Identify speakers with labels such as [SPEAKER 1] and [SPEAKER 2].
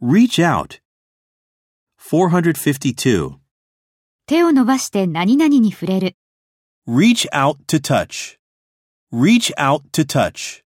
[SPEAKER 1] Reach out. 452.
[SPEAKER 2] 手を伸ばして何々に触れる。
[SPEAKER 1] Reach out to touch. Reach out to touch.